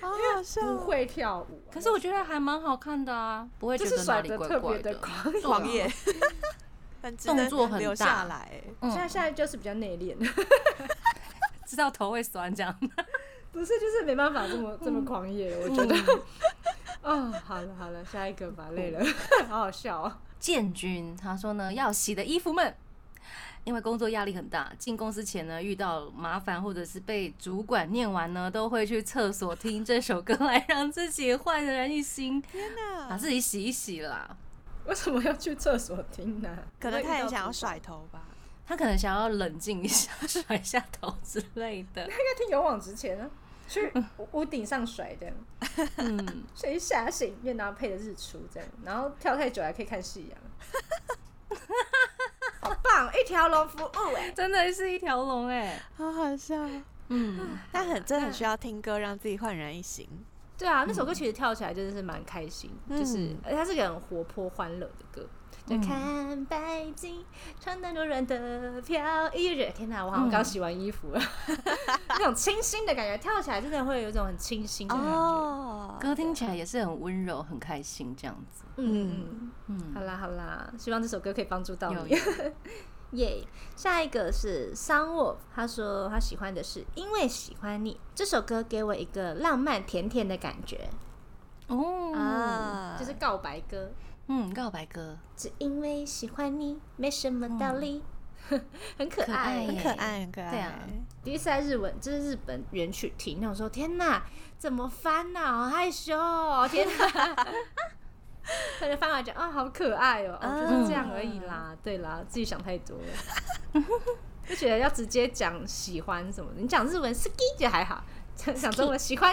Speaker 3: 好好笑
Speaker 1: 不
Speaker 3: 哦，
Speaker 1: 会跳舞，啊
Speaker 2: 可是我觉得还蛮好看的啊，不会
Speaker 1: 就
Speaker 2: 觉
Speaker 1: 是
Speaker 2: 得哪
Speaker 1: 甩
Speaker 2: 里
Speaker 1: 的
Speaker 2: 怪
Speaker 1: 特
Speaker 2: 怪
Speaker 1: 别的狂野。啊
Speaker 3: 狂野，很值得
Speaker 2: 动作很
Speaker 3: 留
Speaker 2: 大
Speaker 3: 下来。
Speaker 1: 现在
Speaker 2: 嗯，
Speaker 1: 现在就是比较内敛。
Speaker 2: 知道头会酸这样。
Speaker 1: [LAUGHS] 不是，就是没办法这么这么狂野，我觉得。哦，好了好了，下一个吧，累了， [LAUGHS] 好好笑、哦。
Speaker 2: 建军他说呢，要洗的衣服们，因为工作压力很大，进公司前呢遇到麻烦或者是被主管念完呢，都会去厕所听这首歌来让自己焕然一 [LAUGHS] 新，
Speaker 3: 天
Speaker 2: 把
Speaker 3: 哪，
Speaker 2: 自己洗一洗啦。
Speaker 1: 为什么要去厕所听呢、
Speaker 3: 可能他也想要甩头吧。
Speaker 2: 他可能想要冷静一下，甩一下头之类的。
Speaker 1: 应该听勇往直前啊，去屋屋顶上甩这样，
Speaker 2: 嗯，
Speaker 1: 水下水面，然后配着日出这样，然后跳太久还可以看夕阳。 [LAUGHS] 好棒，一条龙服务
Speaker 2: [LAUGHS]
Speaker 1: 哎、
Speaker 2: 真的是一条龙哎。
Speaker 3: [LAUGHS] 好好笑哦， [LAUGHS]
Speaker 2: 嗯，
Speaker 3: 但很真的很需要听歌让自己焕然一新。
Speaker 1: 对啊，那首歌其实跳起来真的是蛮开心，就是
Speaker 3: 嗯
Speaker 1: 而且它是个很活泼欢乐的歌。就
Speaker 2: 嗯
Speaker 1: 看白鲸穿得柔软的飘逸着，天哪！我好像刚洗完衣服了，那种清新的感觉，跳起来真的会有一种很清新的感觉。
Speaker 3: 哦
Speaker 2: 歌听起来也是很温柔、很开心这样子。
Speaker 1: 嗯，
Speaker 2: 嗯
Speaker 1: 好，啦好啦，希望这首歌可以帮助到 [LAUGHS]
Speaker 2: 有
Speaker 1: 你。耶下一个是 Sun Wolf，他说他喜欢的是《因为喜欢你》这首歌，给我一个浪漫甜甜的感觉，
Speaker 2: 哦
Speaker 3: 啊，
Speaker 1: 就是告白歌。
Speaker 2: 嗯，告白歌，
Speaker 1: 只因为喜欢你，没什么道理， [LAUGHS] 很可
Speaker 2: 可爱
Speaker 1: 爱。
Speaker 2: 耶
Speaker 3: 嗯很可爱，很可爱。
Speaker 2: 对啊
Speaker 1: 第一次在日文，这是日本原曲听，那我说天哪，怎么翻呐、好害羞
Speaker 3: [LAUGHS]
Speaker 1: 哦，天哪！他就翻完讲啊，好可爱哦，哦
Speaker 3: 嗯
Speaker 1: 就是这样而已啦，对啦，自己想太多了，
Speaker 3: [LAUGHS]
Speaker 1: 就觉得要直接讲喜欢什么的，你讲日文 ski 就还好，讲讲中文喜欢，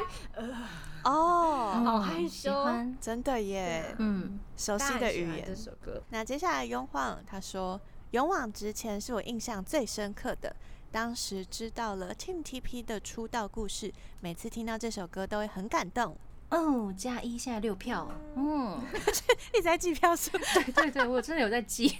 Speaker 3: 哦，
Speaker 1: 好
Speaker 2: 嗯
Speaker 1: 害羞
Speaker 2: 喜欢
Speaker 3: [LAUGHS] 真的耶，
Speaker 2: 嗯，
Speaker 3: 熟
Speaker 1: 大家
Speaker 3: 悉
Speaker 1: 很
Speaker 3: 的
Speaker 1: 喜
Speaker 3: 语
Speaker 1: 欢
Speaker 3: 言
Speaker 1: 这。首歌，
Speaker 3: 啊那接下来勇晃他说，勇往直前是我印象最深刻的。当时知道了 Team TP 的出道故事，每次听到这首歌都会很感动，
Speaker 2: 哦，加一现在六票，嗯，
Speaker 3: 一直在计票数。 [LAUGHS]
Speaker 2: 对 [LAUGHS] 对对，我真的有在 [LAUGHS] 记，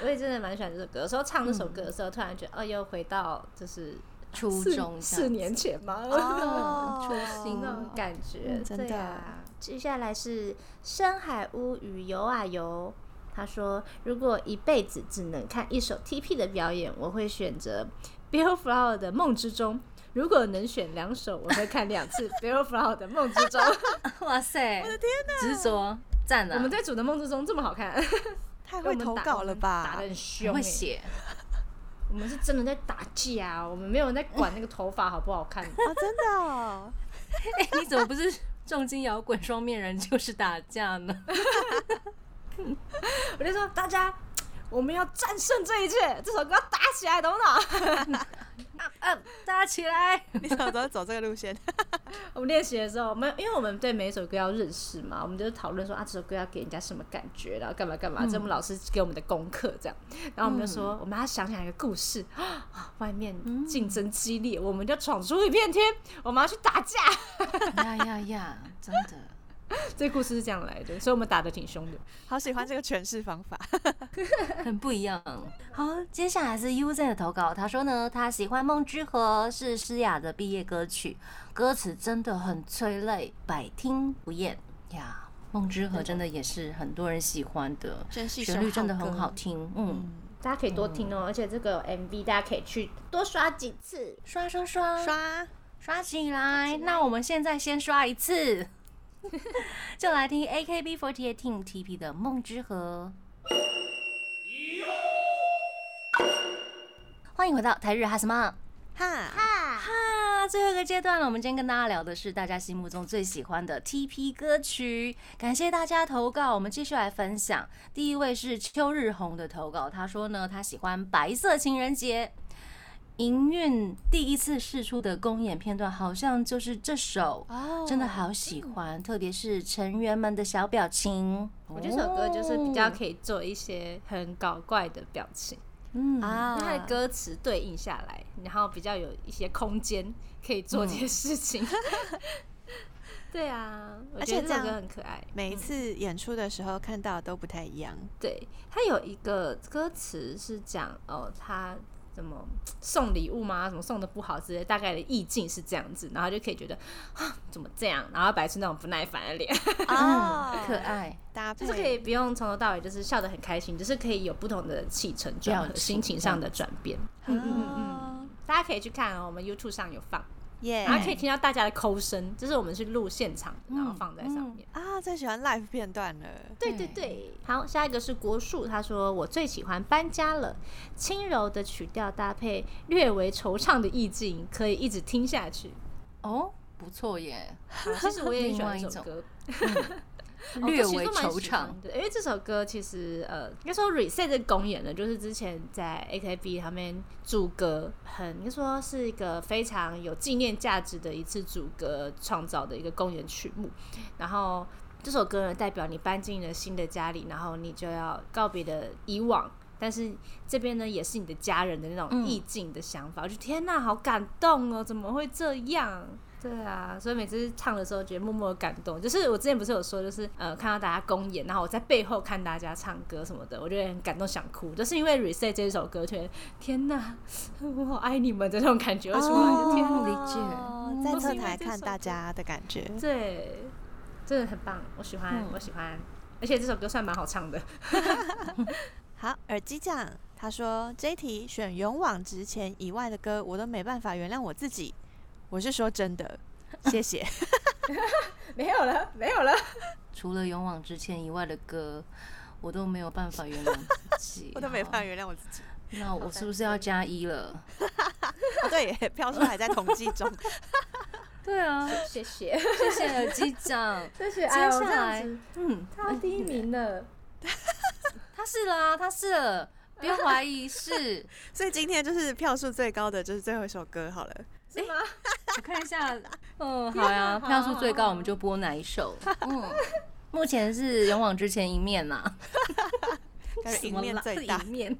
Speaker 1: 我也真的蛮喜欢这首歌，有时候唱这首歌的时候，突然觉得哦，又回到就是
Speaker 2: 初
Speaker 1: 四
Speaker 2: 中这
Speaker 1: 四
Speaker 2: 样
Speaker 1: 年前吗？ [LAUGHS]
Speaker 3: 哦
Speaker 2: 初心
Speaker 1: 那种感觉，
Speaker 3: 嗯真
Speaker 1: 对
Speaker 3: 的
Speaker 1: 啊。接下来是深海屋与游啊游。他说：“如果一辈子只能看一首 TP 的表演，我会选择 Bill Flower 的《梦之中》。如果能选两首，我会看两
Speaker 3: [LAUGHS]
Speaker 1: 次 Bill Flower 的《梦之中》。
Speaker 2: 哇塞，我的天哪，执着，赞了，啊
Speaker 1: 我们队组的《梦之中》这么好看，
Speaker 3: 太
Speaker 1: 我
Speaker 3: [LAUGHS] 会
Speaker 1: 们
Speaker 3: 投
Speaker 1: 打
Speaker 3: 稿了
Speaker 1: 打
Speaker 3: 吧
Speaker 1: 的？很
Speaker 2: 很
Speaker 1: 凶、
Speaker 2: 会
Speaker 1: 欸。
Speaker 2: 写，
Speaker 1: 我们是真的在打架、啊，我们没有人在管那个头发好不好看。
Speaker 3: 哦，真的 [LAUGHS] 哦，
Speaker 2: [LAUGHS] 哎，你怎么不是重金摇滚双面人就是打架呢？
Speaker 1: 我就说大家，我们要战胜这一切，这首歌要打起来，懂不懂？
Speaker 2: [LAUGHS]
Speaker 1: [LAUGHS]
Speaker 2: 啊，大家起来，
Speaker 3: 你怎么都走这个路线？
Speaker 1: 我们练习的时候，我们因为我们对每一首歌要认识嘛，我们就讨论说啊，这首歌要给人家什么感觉，然后干嘛干嘛，这是我们老师给我们的功课这样。然后我们就说，我们要想想一个故事啊，外面竞争激烈，我们就闯出一片天，我们要去打架。
Speaker 2: [LAUGHS]
Speaker 1: [LAUGHS]
Speaker 2: 呀呀呀，真的。
Speaker 1: 这故事是这样来的，所以我们打的挺凶的。
Speaker 3: 好喜欢这个诠释方法。
Speaker 2: 很不一样。好，接下来是 UZ 的投稿，他说呢，他喜欢《梦之河》是诗雅的毕业歌曲，歌词真的很催泪，百听不厌呀。《梦之河》真的也是很多人喜欢的，
Speaker 3: 真是一首
Speaker 2: 旋律真的很
Speaker 3: 好歌
Speaker 2: 好听，嗯，
Speaker 1: 大家可以多听哦，而且这个有 MV 大家可以去多刷几次。
Speaker 2: 刷刷刷，
Speaker 3: [LAUGHS] 刷
Speaker 2: 刷起来。那我们现在先刷一次， [LAUGHS] 就来听 AKB48 Team TP 的《梦之河》。欢迎回到台日哈什么
Speaker 3: 哈，
Speaker 1: 哈，
Speaker 2: 哈？最后一个阶段了，我们今天跟大家聊的是大家心目中最喜欢的 TP 歌曲。感谢大家投稿，我们继续来分享。第一位是秋日红的投稿，他说呢，他喜欢《白色情人节》。营运第一次试出的公演片段，好像就是这首，
Speaker 3: 哦
Speaker 2: 真的好喜欢，特别是成员们的小表情。
Speaker 3: 哦
Speaker 2: 哦
Speaker 1: 我觉得这首歌就是比较
Speaker 2: 以，
Speaker 1: 可以做一些很搞怪的表情，
Speaker 2: 嗯
Speaker 3: 啊
Speaker 1: 它的歌词对应下来，然后比较有一些空间可以做这些事
Speaker 3: [LAUGHS]
Speaker 1: 情。对啊，我
Speaker 3: 而
Speaker 1: 觉得
Speaker 3: 且这
Speaker 1: 这首
Speaker 3: 样
Speaker 1: 歌很可爱。
Speaker 3: 每一次演出的时候看到的都不太一样。
Speaker 1: 对，它有一个歌词是讲哦，他怎么送礼物吗？怎么送的不好之类，大概的意境是这样子，然后就可以觉得啊，怎么这样？然后摆出那种不耐烦的脸，
Speaker 3: 哦
Speaker 2: 嗯，可爱。
Speaker 3: 搭配
Speaker 1: 就是可以不用从头到尾就是笑得很开心，只是可以有不同的气沉转
Speaker 2: 表
Speaker 1: 和
Speaker 2: 情
Speaker 1: 心情上的转变。
Speaker 3: 嗯
Speaker 1: 嗯大家可以去看哦，我们 YouTube 上有放，
Speaker 3: 耶
Speaker 1: 然后可以听到大家的口声，这是我们去录现场，然后放在上面。
Speaker 3: 啊，最喜欢 live 片段了。
Speaker 1: 嗯对对对，好，下一个是国树，他说我最喜欢搬家了，轻柔的曲调搭配略微惆怅的意境，可以一直听下去。
Speaker 2: 哦，不错耶，
Speaker 1: 好其实我也很喜欢这首歌，哦
Speaker 2: 略
Speaker 1: 我其
Speaker 2: 微
Speaker 1: 实都蛮
Speaker 2: 惆
Speaker 1: 喜
Speaker 2: 怅
Speaker 1: 欢。的，因为这首歌其实呃，应该说 reset 的公演呢，就是之前在 AKB 他们主歌，很应该说是一个非常有纪念价值的一次主歌创造的一个公演曲目，然后。这首歌呢，代表你搬进了新的家里，然后你就要告别的以往，但是这边呢，也是你的家人的那种
Speaker 2: 嗯
Speaker 1: 意境的想法。我就天哪，好感动哦！怎么会这样？对啊，所以每次唱的时候，觉得默默的感动。就是我之前不是有说，就是呃，看到大家公演，然后我在背后看大家唱歌什么的，我就会很感动，想哭。就是因为《Reset》这首歌，觉得天哪，我好爱你们的那种感觉会出来。就天哪，
Speaker 2: 理解
Speaker 3: 哦
Speaker 1: 都
Speaker 3: 在
Speaker 1: 是
Speaker 3: 侧
Speaker 1: 因为
Speaker 3: 台
Speaker 1: 这
Speaker 3: 看
Speaker 1: 首
Speaker 3: 大
Speaker 1: 歌
Speaker 3: 家的感觉。
Speaker 1: 对，真的很棒，我喜欢，
Speaker 2: 嗯
Speaker 1: 我喜欢。而且这首歌算蛮好唱的，
Speaker 3: 好，耳机酱他说这一题选勇往直前以外的歌，我都没办法原谅我自己。我是说真的，谢谢。
Speaker 1: [LAUGHS] 没有了，没有了。
Speaker 2: 除了勇往直前以外的歌，我都没有办法
Speaker 3: [LAUGHS]
Speaker 2: 原谅自己啊
Speaker 3: [LAUGHS]，我都没办法。原谅我自己。
Speaker 2: 那我是不是要加一了？
Speaker 3: [LAUGHS] 哦，对耶，票数还在统计中。
Speaker 2: 对啊，
Speaker 1: [LAUGHS] 谢谢， [LAUGHS]
Speaker 2: 谢谢耳机长。
Speaker 1: 谢谢。
Speaker 2: 接
Speaker 1: 哎呦
Speaker 2: 下
Speaker 1: 这样
Speaker 2: 来
Speaker 1: 子，
Speaker 2: [LAUGHS] 嗯，
Speaker 1: 他第一名 [LAUGHS] 了。
Speaker 2: 他是啦，他是了，不要怀疑，是。
Speaker 3: 所以今天就是票数最高的就是最后一首歌好了。
Speaker 1: 是吗？
Speaker 2: 我看一下， [LAUGHS]
Speaker 3: [LAUGHS]
Speaker 2: 嗯，好呀，票数最高我们就播哪一首？嗯，目前是勇往直前一面呐、
Speaker 3: 感觉
Speaker 1: 什
Speaker 3: 赢
Speaker 1: 么
Speaker 3: 面
Speaker 1: 啦
Speaker 3: 最
Speaker 1: 是
Speaker 3: 大
Speaker 1: 一 [LAUGHS] 面。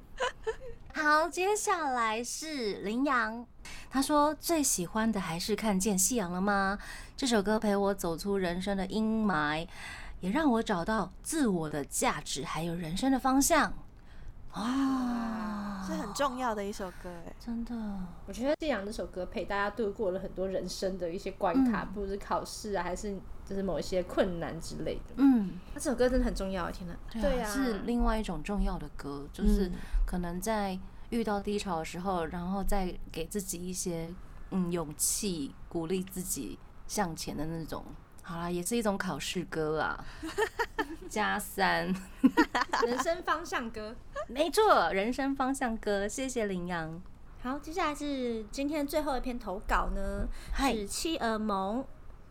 Speaker 2: 好，接下来是羚羊，他说最喜欢的还是看见夕阳了吗？这首歌陪我走出人生的阴霾，也让我找到自我的价值，还有人生的方向。啊，
Speaker 1: 哦
Speaker 3: 是很重要的一首歌哎耶。
Speaker 2: 真的，
Speaker 1: 我觉得《信仰》这首歌陪大家度过了很多人生的一些关卡，
Speaker 2: 嗯
Speaker 1: 不论是考试啊，还是就是某一些困难之类的。
Speaker 2: 嗯，
Speaker 1: 那这首歌真的很重要，天哪！
Speaker 2: 对啊，是另外一种重要的歌，就是可能在遇到低潮的时候，然后再给自己一些嗯勇气，鼓励自己向前的那种。好啦，也是一种考试歌 [LAUGHS] 啊，加三，
Speaker 1: 人生方向歌。
Speaker 2: 没错，人生方向歌。谢谢羚羊，
Speaker 1: 好，接下来是今天最后一篇投稿呢，
Speaker 3: 哎
Speaker 2: 嗨
Speaker 1: 是妻儿萌。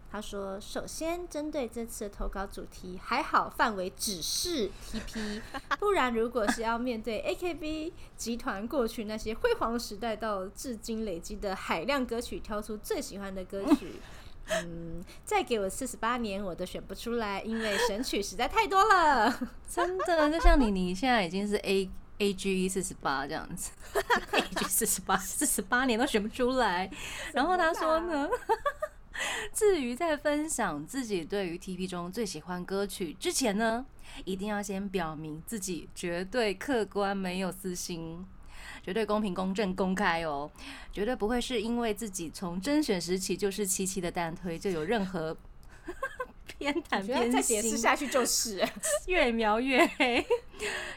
Speaker 1: 他说：“首先，针对这次的投稿主题，还好范围只是
Speaker 3: [LAUGHS]
Speaker 1: TP，不然如果是要面对 AKB 集团过去那些辉煌时代到至今累积的海量歌曲，挑出最喜欢的歌曲，
Speaker 3: [LAUGHS]
Speaker 1: 嗯，再给我四十八年，我都选不出来，因为神曲实在太多了。
Speaker 2: 真的，就像你， [LAUGHS] 你现在已经是 A A G 四十八这样
Speaker 1: [LAUGHS]
Speaker 2: 子，A G 四十八，四十八年都选不出来。
Speaker 1: 啊
Speaker 2: 然后他说呢， [LAUGHS] 至于在分享自己对于 T P 中最喜欢歌曲之前呢，一定要先表明自己绝对客观，没有私心。绝对公平、公正、公开哦，绝对不会 [LAUGHS] 是因为自己从甄选时期就是七七的蛋推，就有任何边
Speaker 1: 我
Speaker 2: 弹
Speaker 1: 觉得再
Speaker 2: 边
Speaker 1: 解释
Speaker 2: 新，
Speaker 1: 下去
Speaker 3: [LAUGHS]
Speaker 1: 就是，
Speaker 2: [LAUGHS] 越描越黑。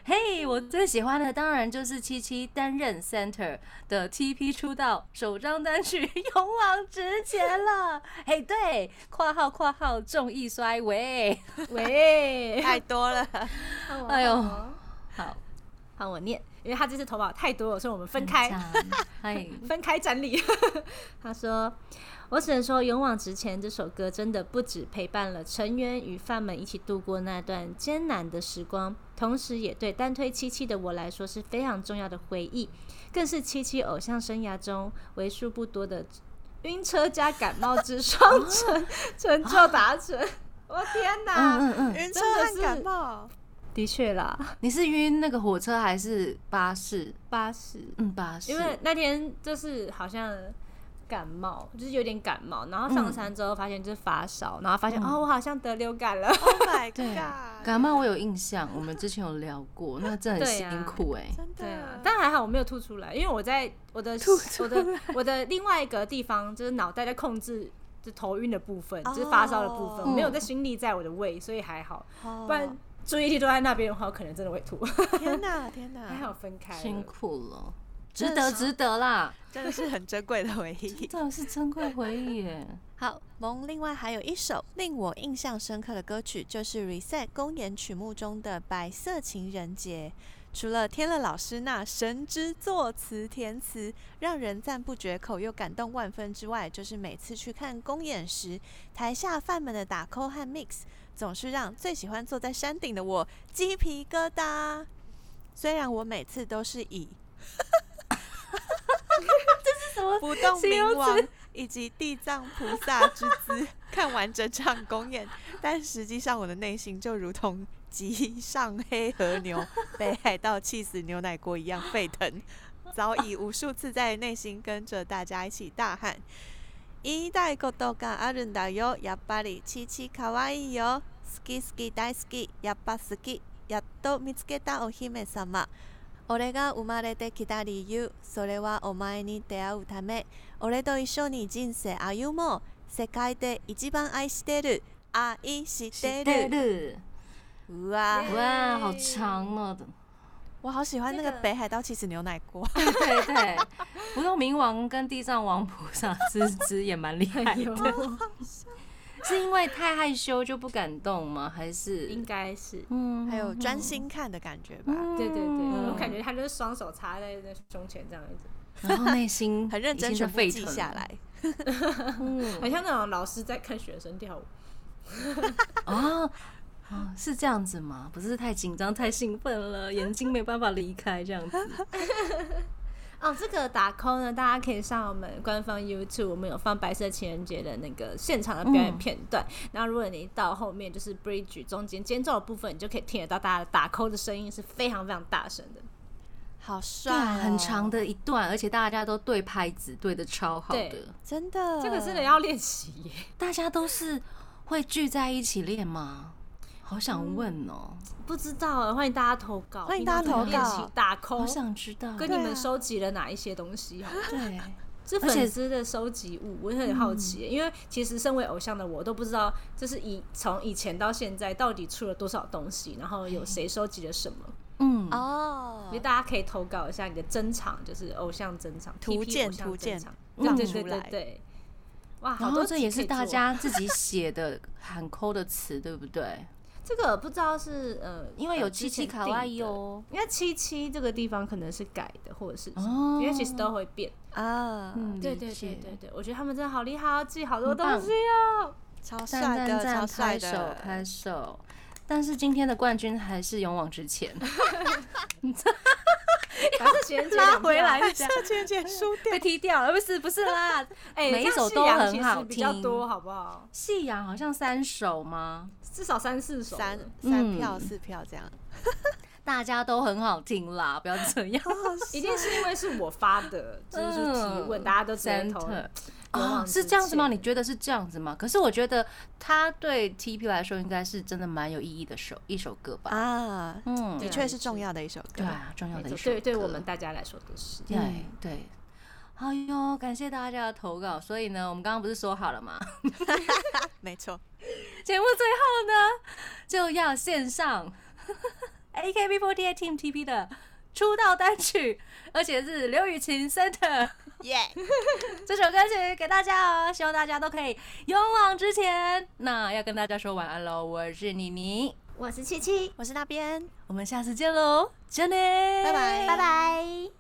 Speaker 2: 嘿、我最喜欢的当然就是七七担任 Center 的 TP 出道首张单曲 [LAUGHS] 《勇往直前》了。嘿、对，括号括号众意衰微。
Speaker 1: 喂，
Speaker 3: 太多了。
Speaker 2: 哎呦
Speaker 1: 哦好，好，我念，因为他这次投保太多了，所以我们分
Speaker 2: 这
Speaker 1: 开，
Speaker 2: 样， [LAUGHS] 哎，
Speaker 1: [LAUGHS] 分开站立。他说：“我只能说，《勇往直前》这首歌真的不止陪伴了成员与饭们一起度过那段艰难的时光，同时也对单推七七的我来说是非常重要的回忆，更是七七偶像生涯中为数不多的晕车加感冒之双 [LAUGHS] 成成就达 [LAUGHS] 成。我天哪！
Speaker 2: 嗯嗯嗯，
Speaker 3: 晕车
Speaker 1: 真的
Speaker 3: 和感
Speaker 1: 是
Speaker 3: 冒，
Speaker 1: 的确啦，
Speaker 2: 你是晕那个火车还是巴士？
Speaker 1: 八十。”
Speaker 2: 嗯，巴士。
Speaker 1: 因为那天就是好像感冒，就是有点感冒，然后上山之后发现就是发烧，然后发现、
Speaker 2: 嗯哦
Speaker 1: 哦，我好像得流感了。
Speaker 3: Oh my
Speaker 2: 对
Speaker 3: god！
Speaker 2: 感冒我有印象，我们之前有聊过，那真的很
Speaker 1: 对呀
Speaker 2: 辛苦哎、
Speaker 3: 真
Speaker 1: 对啊 [LAUGHS]
Speaker 3: 的，，
Speaker 1: 但还好我没有吐出来，因为我在我的
Speaker 2: 吐出
Speaker 1: 我的 [LAUGHS] 我的另外一个地方就是脑袋在控制。就头晕的部分，
Speaker 3: 哦
Speaker 1: 就是发烧的部分，
Speaker 2: 嗯
Speaker 1: 我没有在心力在我的胃，所以还好。
Speaker 3: 哦
Speaker 1: 不然注意力都在那边的话，我可能真的会吐。
Speaker 3: 天哪，天
Speaker 1: 还
Speaker 3: 哪，
Speaker 1: 好分开了
Speaker 2: 啊辛苦了，
Speaker 1: 真
Speaker 2: 值
Speaker 1: 的
Speaker 2: 得
Speaker 1: 是
Speaker 2: 值得啦，
Speaker 3: 真的是很珍贵的回忆。
Speaker 2: 这是珍贵回忆耶。
Speaker 3: 好，萌另外还有一首令我印象深刻的歌曲，就是 Reset 公演曲目中的《白色情人节》。除了天乐老师那神之作词填词，让人赞不绝口又感动万分之外，就是每次去看公演时，台下饭们的打 call 和 mix，总是让最喜欢坐在山顶的我鸡皮疙瘩。虽然我每次都是
Speaker 2: [LAUGHS]
Speaker 3: 以
Speaker 2: 什么
Speaker 3: 不动
Speaker 2: 形容
Speaker 3: 明
Speaker 2: 词
Speaker 3: 王以及地藏菩萨之姿看完整场公演，但实际上我的内心就如同极上黑和
Speaker 2: [LAUGHS]
Speaker 3: 牛被海盗气死牛奶锅一样沸腾，早已无数次在内心跟着大家一起大喊。一代ことがあるんだよ、やっぱり七七可愛いよ。好き好き大好き、やっぱ好き。やっと見つけたお姫様。俺が生まれてきた理由、それはお前に出会うため。俺と一緒に人生歩もう。世界で一番愛してる。愛してる。
Speaker 2: 日，
Speaker 3: うわ
Speaker 1: 耶
Speaker 2: 哇，好长哦。
Speaker 3: 我好喜欢那个
Speaker 1: 这个
Speaker 3: 北海道起司牛奶锅。
Speaker 2: 对 [LAUGHS] 对对，不动明王跟地藏王菩萨之姿也蛮厉害
Speaker 1: 哎呦
Speaker 2: 的，是因为太害羞就不敢动吗？还
Speaker 1: 应
Speaker 2: 是
Speaker 1: 该是。
Speaker 2: 嗯
Speaker 3: 还有专心看的感觉吧，
Speaker 2: 嗯
Speaker 1: 对对对，
Speaker 2: 嗯
Speaker 1: 我感觉他就是双手插在那胸前这样子，
Speaker 2: 然后内心
Speaker 3: [LAUGHS] 很认真
Speaker 2: 已经
Speaker 3: 全
Speaker 2: 在
Speaker 3: 部
Speaker 2: 沸
Speaker 3: 记
Speaker 2: 腾
Speaker 3: 下
Speaker 2: 了
Speaker 3: 来。。
Speaker 2: 嗯
Speaker 1: [LAUGHS] 很像那种老师在看学生跳舞。
Speaker 2: 哦，哦，是这样子吗？不是太紧张、太兴奋了，眼睛没办法离开这样子。
Speaker 1: 哦，这个打 call 呢，大家可以上我们官方 YouTube，我们有放白色情人节的那个现场的表演片段。然后如果你到后面就是 bridge 中间间奏的部分，你就可以听得到大家打 call 的声音是非常非常大声的。
Speaker 3: 嗯好帅、
Speaker 2: 啊，很长，的一段，而且大家都对拍子对的超好
Speaker 1: 对
Speaker 2: 的，
Speaker 3: 真的，
Speaker 1: 这个真的要练习耶。
Speaker 2: 大家都是会聚在一起练吗？好想问哦、
Speaker 1: 不知道啊，欢迎大家投稿，
Speaker 3: 欢迎大家投稿
Speaker 1: 平常怎么练习打
Speaker 2: 好
Speaker 1: call，
Speaker 2: 想知道。哦
Speaker 1: 跟
Speaker 2: 对
Speaker 1: 你
Speaker 3: 啊
Speaker 1: 们收集了哪一些东西
Speaker 3: [LAUGHS]
Speaker 1: 好了。
Speaker 2: [LAUGHS]
Speaker 1: 是
Speaker 2: 而且
Speaker 1: 粉丝的收集物，我也很好奇
Speaker 3: 嗯
Speaker 1: 耶、因为其实身为偶像的我都不知道，就是以从以前到现在到底出了多少东西，然后
Speaker 3: 哎
Speaker 1: 有谁收集了什么，
Speaker 2: 嗯，
Speaker 3: 哦
Speaker 1: 我觉得，大家可以投稿一下你的珍藏，就是偶像珍藏
Speaker 3: 图
Speaker 1: TP
Speaker 3: 鉴
Speaker 1: 偶像
Speaker 3: 图鉴
Speaker 1: 珍藏
Speaker 2: 让
Speaker 1: 对
Speaker 3: 出
Speaker 1: 对对
Speaker 3: 来
Speaker 1: 对对，哇，
Speaker 2: 然
Speaker 1: 好
Speaker 2: 后
Speaker 1: 多
Speaker 2: 这
Speaker 1: 集
Speaker 2: 也
Speaker 1: 可
Speaker 2: 是
Speaker 1: 以
Speaker 2: 大
Speaker 1: 做
Speaker 2: 家自己写的喊扣的词，对不对？
Speaker 1: 这个不知道是呃，
Speaker 2: 因为有
Speaker 1: 呃
Speaker 2: 七
Speaker 1: 之
Speaker 2: 七
Speaker 1: 前
Speaker 2: 卡
Speaker 1: 定
Speaker 2: 哇
Speaker 1: 的
Speaker 2: 伊哦，
Speaker 1: 因为七七这个地方可能是改的，或者是什么
Speaker 2: 哦
Speaker 1: 因为其实都会变。
Speaker 3: 啊，
Speaker 2: 嗯，
Speaker 1: 对
Speaker 2: 理
Speaker 1: 对对
Speaker 2: 解
Speaker 1: 对对，我觉得他们真的好厉害，要记好多
Speaker 2: 很
Speaker 1: 东
Speaker 2: 棒
Speaker 1: 西哦。
Speaker 3: 超帅
Speaker 2: 赞赞
Speaker 3: 的，超
Speaker 2: 赞！
Speaker 3: 帅
Speaker 2: 拍手
Speaker 3: 的， [LAUGHS]
Speaker 2: 拍手！但是今天的冠军还是勇往直前，
Speaker 1: 把这情人节两票
Speaker 3: 白色
Speaker 2: [LAUGHS]
Speaker 3: 情人节书
Speaker 2: [LAUGHS] 被
Speaker 3: 店，
Speaker 2: 踢掉了，不是不是啦。
Speaker 1: 哎、
Speaker 2: 每一
Speaker 1: 这样
Speaker 2: 首
Speaker 1: 夕
Speaker 2: 都
Speaker 1: 阳
Speaker 2: 很
Speaker 1: 其实
Speaker 2: 好
Speaker 1: 比较
Speaker 2: 听
Speaker 1: 多，好不好？
Speaker 2: [LAUGHS] 夕阳好像三首吗？
Speaker 1: 至少三四首了。
Speaker 3: 三
Speaker 2: 嗯
Speaker 3: 三票四票这样，
Speaker 2: 大家都很好听啦，不要这样。
Speaker 1: 一定是因为是我发的，就是说提问，大家都直接投。
Speaker 2: 嗯 Center
Speaker 1: 勇
Speaker 2: 哦
Speaker 1: 往，直
Speaker 2: 是这样子吗？
Speaker 1: 前
Speaker 2: 你觉得是这样子吗？可是我觉得它对 TP 来说应该是真的蛮有意义的首一首歌吧。
Speaker 3: 啊，
Speaker 2: 嗯，
Speaker 1: 对啊
Speaker 3: 的确
Speaker 1: 也
Speaker 3: 是
Speaker 1: 是
Speaker 3: 重要的一首歌
Speaker 2: 对。啊，重要
Speaker 1: 没
Speaker 2: 的
Speaker 1: 错
Speaker 2: 一首歌。
Speaker 1: 对对，我们大家来说都是。
Speaker 2: 对
Speaker 3: 嗯
Speaker 2: 对。哎呦，感谢大家的投稿。所以呢，我们刚刚不是说好
Speaker 1: [LAUGHS]
Speaker 2: 了吗？
Speaker 3: 没错，
Speaker 2: 节目最后呢，就要献上 [LAUGHS] AKB48 Team TP 的出道单曲，而且是刘雨晴 Center [LAUGHS]
Speaker 3: 耶、
Speaker 2: 这首歌曲给大家哦，希望大家都可以勇往直前。那要跟大家说晚安喽，我是妮妮，
Speaker 1: 我是七七，
Speaker 3: 我是那边，
Speaker 2: 我们下次见喽，真的，
Speaker 3: 拜拜
Speaker 1: 拜拜。